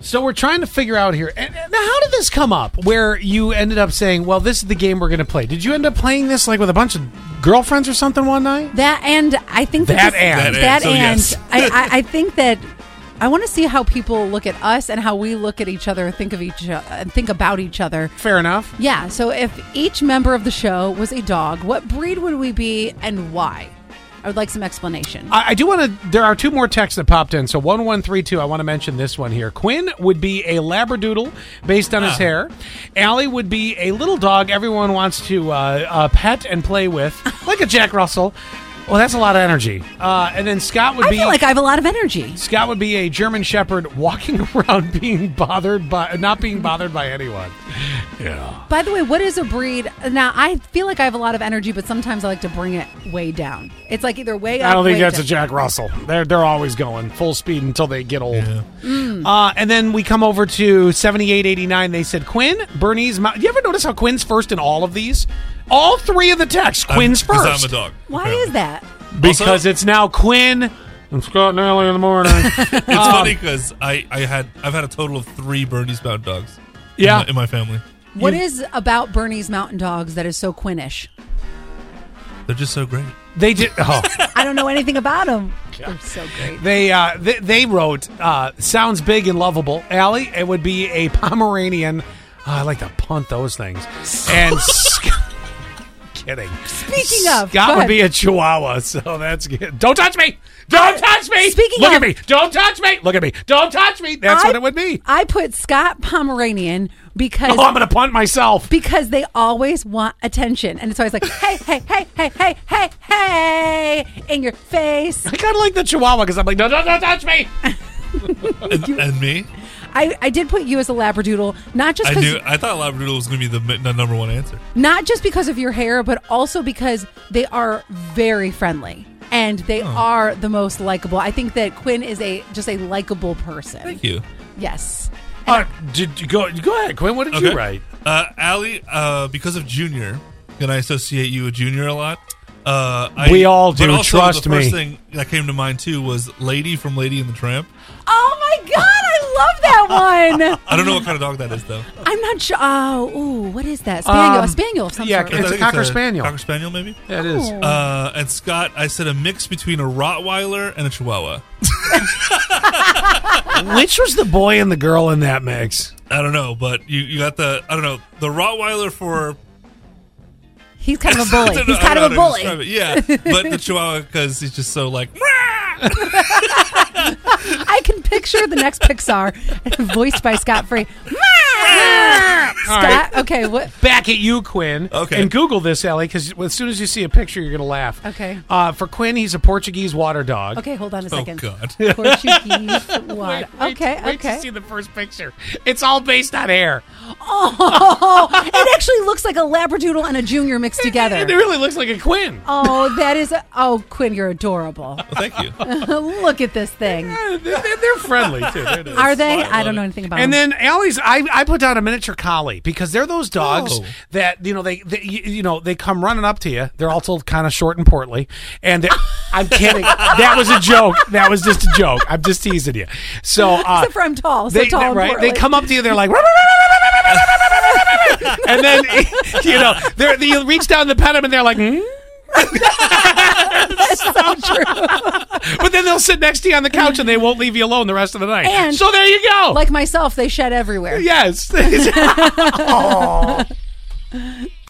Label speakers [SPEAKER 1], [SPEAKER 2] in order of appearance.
[SPEAKER 1] So we're trying to figure out here. And, and now, how did this come up? Where you ended up saying, "Well, this is the game we're going to play." Did you end up playing this like with a bunch of girlfriends or something one night?
[SPEAKER 2] That and I think
[SPEAKER 1] That
[SPEAKER 2] that, this-
[SPEAKER 1] and.
[SPEAKER 2] that
[SPEAKER 3] That and,
[SPEAKER 2] and
[SPEAKER 3] so
[SPEAKER 2] I, I, I think that I want to see how people look at us and how we look at each other, think of each uh, and think about each other.
[SPEAKER 1] Fair enough.
[SPEAKER 2] Yeah. So if each member of the show was a dog, what breed would we be and why? I would like some explanation.
[SPEAKER 1] I, I do want to. There are two more texts that popped in. So one one three two. I want to mention this one here. Quinn would be a labradoodle based on his hair. Allie would be a little dog everyone wants to uh, uh, pet and play with, like a Jack Russell. Well, that's a lot of energy. Uh, and then Scott would
[SPEAKER 2] I
[SPEAKER 1] be
[SPEAKER 2] feel like I have a lot of energy.
[SPEAKER 1] Scott would be a German Shepherd walking around being bothered by not being bothered by anyone. Yeah.
[SPEAKER 2] By the way, what is a breed? Now, I feel like I have a lot of energy, but sometimes I like to bring it way down. It's like either way up.
[SPEAKER 1] I don't think
[SPEAKER 2] way
[SPEAKER 1] that's a
[SPEAKER 2] down.
[SPEAKER 1] Jack Russell. They're they're always going full speed until they get old. Uh, and then we come over to seventy eight eighty nine. They said Quinn, Bernie's. Mo- you ever notice how Quinn's first in all of these? All three of the texts, Quinn's
[SPEAKER 3] I'm,
[SPEAKER 1] 1st
[SPEAKER 3] I'm a dog.
[SPEAKER 2] Why
[SPEAKER 3] apparently.
[SPEAKER 2] is that?
[SPEAKER 1] because
[SPEAKER 3] Also-
[SPEAKER 1] it's now Quinn and Scott and Ellie in the morning.
[SPEAKER 3] It's
[SPEAKER 1] Um,
[SPEAKER 3] funny 'cause funny because I, I had I've had a total of three Bernese Mountain Dogs. in
[SPEAKER 1] Yeah.
[SPEAKER 3] my- in my family,
[SPEAKER 2] What is about Bernie's Mountain Dogs that is so Quinnish?
[SPEAKER 3] they're just so great.
[SPEAKER 1] they did. Oh.
[SPEAKER 2] I don't know anything about them. They're so great.
[SPEAKER 1] They, uh, they they wrote uh, sounds big and lovable. Allie, it would be a Pomeranian. Oh, I like to punt those things. And Sc- kidding.
[SPEAKER 2] Speaking of,
[SPEAKER 1] Scott
[SPEAKER 2] go
[SPEAKER 1] would
[SPEAKER 2] ahead.
[SPEAKER 1] be a Chihuahua, so that's good. Don't touch me. Don't touch me.
[SPEAKER 2] Uh, Speaking
[SPEAKER 1] look
[SPEAKER 2] of-
[SPEAKER 1] at me. Don't touch me. Look at me. Don't touch me. That's
[SPEAKER 2] I-
[SPEAKER 1] what it would be.
[SPEAKER 2] I put Scott Pomeranian because
[SPEAKER 1] Oh, I'm gonna punt myself.
[SPEAKER 2] because they always want attention, and it's always like, hey, hey, hey, hey, hey, hey, hey, in your face.
[SPEAKER 1] I kind of like the Chihuahua because I'm like, no, no, don't touch me. Oh,
[SPEAKER 3] And, and me,
[SPEAKER 2] I, I did put you as a labradoodle, not just
[SPEAKER 3] I
[SPEAKER 2] because
[SPEAKER 3] knew I thought Labradoodle was going to be the, mi- the number one answer.
[SPEAKER 2] not just because of your hair, but also because they are very friendly and they are the most likable. I think that Quinn is a just a likable person.
[SPEAKER 3] Thank you.
[SPEAKER 2] Yes.
[SPEAKER 1] Uh, did you go? Go ahead, Quinn. What did you write?
[SPEAKER 2] Oh,
[SPEAKER 3] Uh, Allie, uh, because of Junior, and I associate you with Junior a lot. Uh, I,
[SPEAKER 1] We all do,
[SPEAKER 3] But also,
[SPEAKER 1] trust
[SPEAKER 3] the first
[SPEAKER 1] me.
[SPEAKER 3] thing that came to mind too was Lady from Lady and the Tramp.
[SPEAKER 2] Oh my god, I love that
[SPEAKER 3] I
[SPEAKER 2] one.
[SPEAKER 3] don't know what kind of dog that is though.
[SPEAKER 2] I'm not sure. Oh, ooh, what is that? Spaniel,
[SPEAKER 1] Um,
[SPEAKER 2] a spaniel of some
[SPEAKER 1] yeah,
[SPEAKER 2] sort.
[SPEAKER 1] It's
[SPEAKER 3] I
[SPEAKER 1] a
[SPEAKER 3] think
[SPEAKER 1] Cocker Spaniel.
[SPEAKER 3] Cocker Spaniel, maybe.
[SPEAKER 1] Yeah, it is.
[SPEAKER 3] Uh, and Scott, I said a mix between a Rottweiler and a Chihuahua.
[SPEAKER 1] Which was the boy and the girl in that mix?
[SPEAKER 3] I don't know, but you, you got the I don't know the Rottweiler for
[SPEAKER 2] He's kind of a
[SPEAKER 3] I
[SPEAKER 2] bully.
[SPEAKER 3] don't
[SPEAKER 2] He's
[SPEAKER 3] know-
[SPEAKER 2] kind
[SPEAKER 3] I don't
[SPEAKER 2] of a
[SPEAKER 3] know how
[SPEAKER 2] bully.
[SPEAKER 3] to describe it. Yeah, but the Chihuahua because he's just so like
[SPEAKER 2] I can picture the next Pixar voiced by Scott Free. Scott, okay, what
[SPEAKER 1] back at you, Quinn.
[SPEAKER 3] Okay.
[SPEAKER 1] And Google this, Ellie, because as soon as you see a picture, you're going to laugh.
[SPEAKER 2] Okay.
[SPEAKER 1] Uh, for Quinn, he's a Portuguese water dog.
[SPEAKER 2] Okay, hold on a
[SPEAKER 3] oh
[SPEAKER 2] second.
[SPEAKER 3] god.
[SPEAKER 2] Portuguese water.
[SPEAKER 1] Wait-
[SPEAKER 2] okay,
[SPEAKER 1] wait
[SPEAKER 2] okay.
[SPEAKER 1] to see the first picture. It's all based on hair.
[SPEAKER 2] Oh, it actually looks like a labradoodle and a junior mixed
[SPEAKER 1] It
[SPEAKER 2] together.
[SPEAKER 1] really looks like a Quinn.
[SPEAKER 2] Oh, that is. A, oh, Quinn, you're adorable.
[SPEAKER 3] Well, thank you.
[SPEAKER 2] Look at this thing.
[SPEAKER 1] Yeah, they're, they're friendly, too. They're nice.
[SPEAKER 2] Are they?
[SPEAKER 3] Smart,
[SPEAKER 2] I don't
[SPEAKER 3] love
[SPEAKER 2] know
[SPEAKER 3] it.
[SPEAKER 2] anything about.
[SPEAKER 1] And
[SPEAKER 2] them.
[SPEAKER 1] then Allie's, I, I put down a miniature collie because they're those dogs
[SPEAKER 3] Oh.
[SPEAKER 1] that you know they, they you you know they come running up to you. They're also kind of short and portly. And they're- I'm kidding. that was a joke. That was just a joke. I'm just teasing you. So uh,
[SPEAKER 2] Except for I'm tall, so
[SPEAKER 1] they,
[SPEAKER 2] tall
[SPEAKER 1] they-
[SPEAKER 2] and
[SPEAKER 1] right? They
[SPEAKER 2] portly.
[SPEAKER 1] come up to you. They're like. and then you know they're, they you reach down the pet 'em and they're like. "Hmm?" but then they'll sit next to you on the couch and they won't leave you alone the rest of the night.
[SPEAKER 2] And-
[SPEAKER 1] so there you go.
[SPEAKER 2] like myself, they shed everywhere.
[SPEAKER 1] Yes.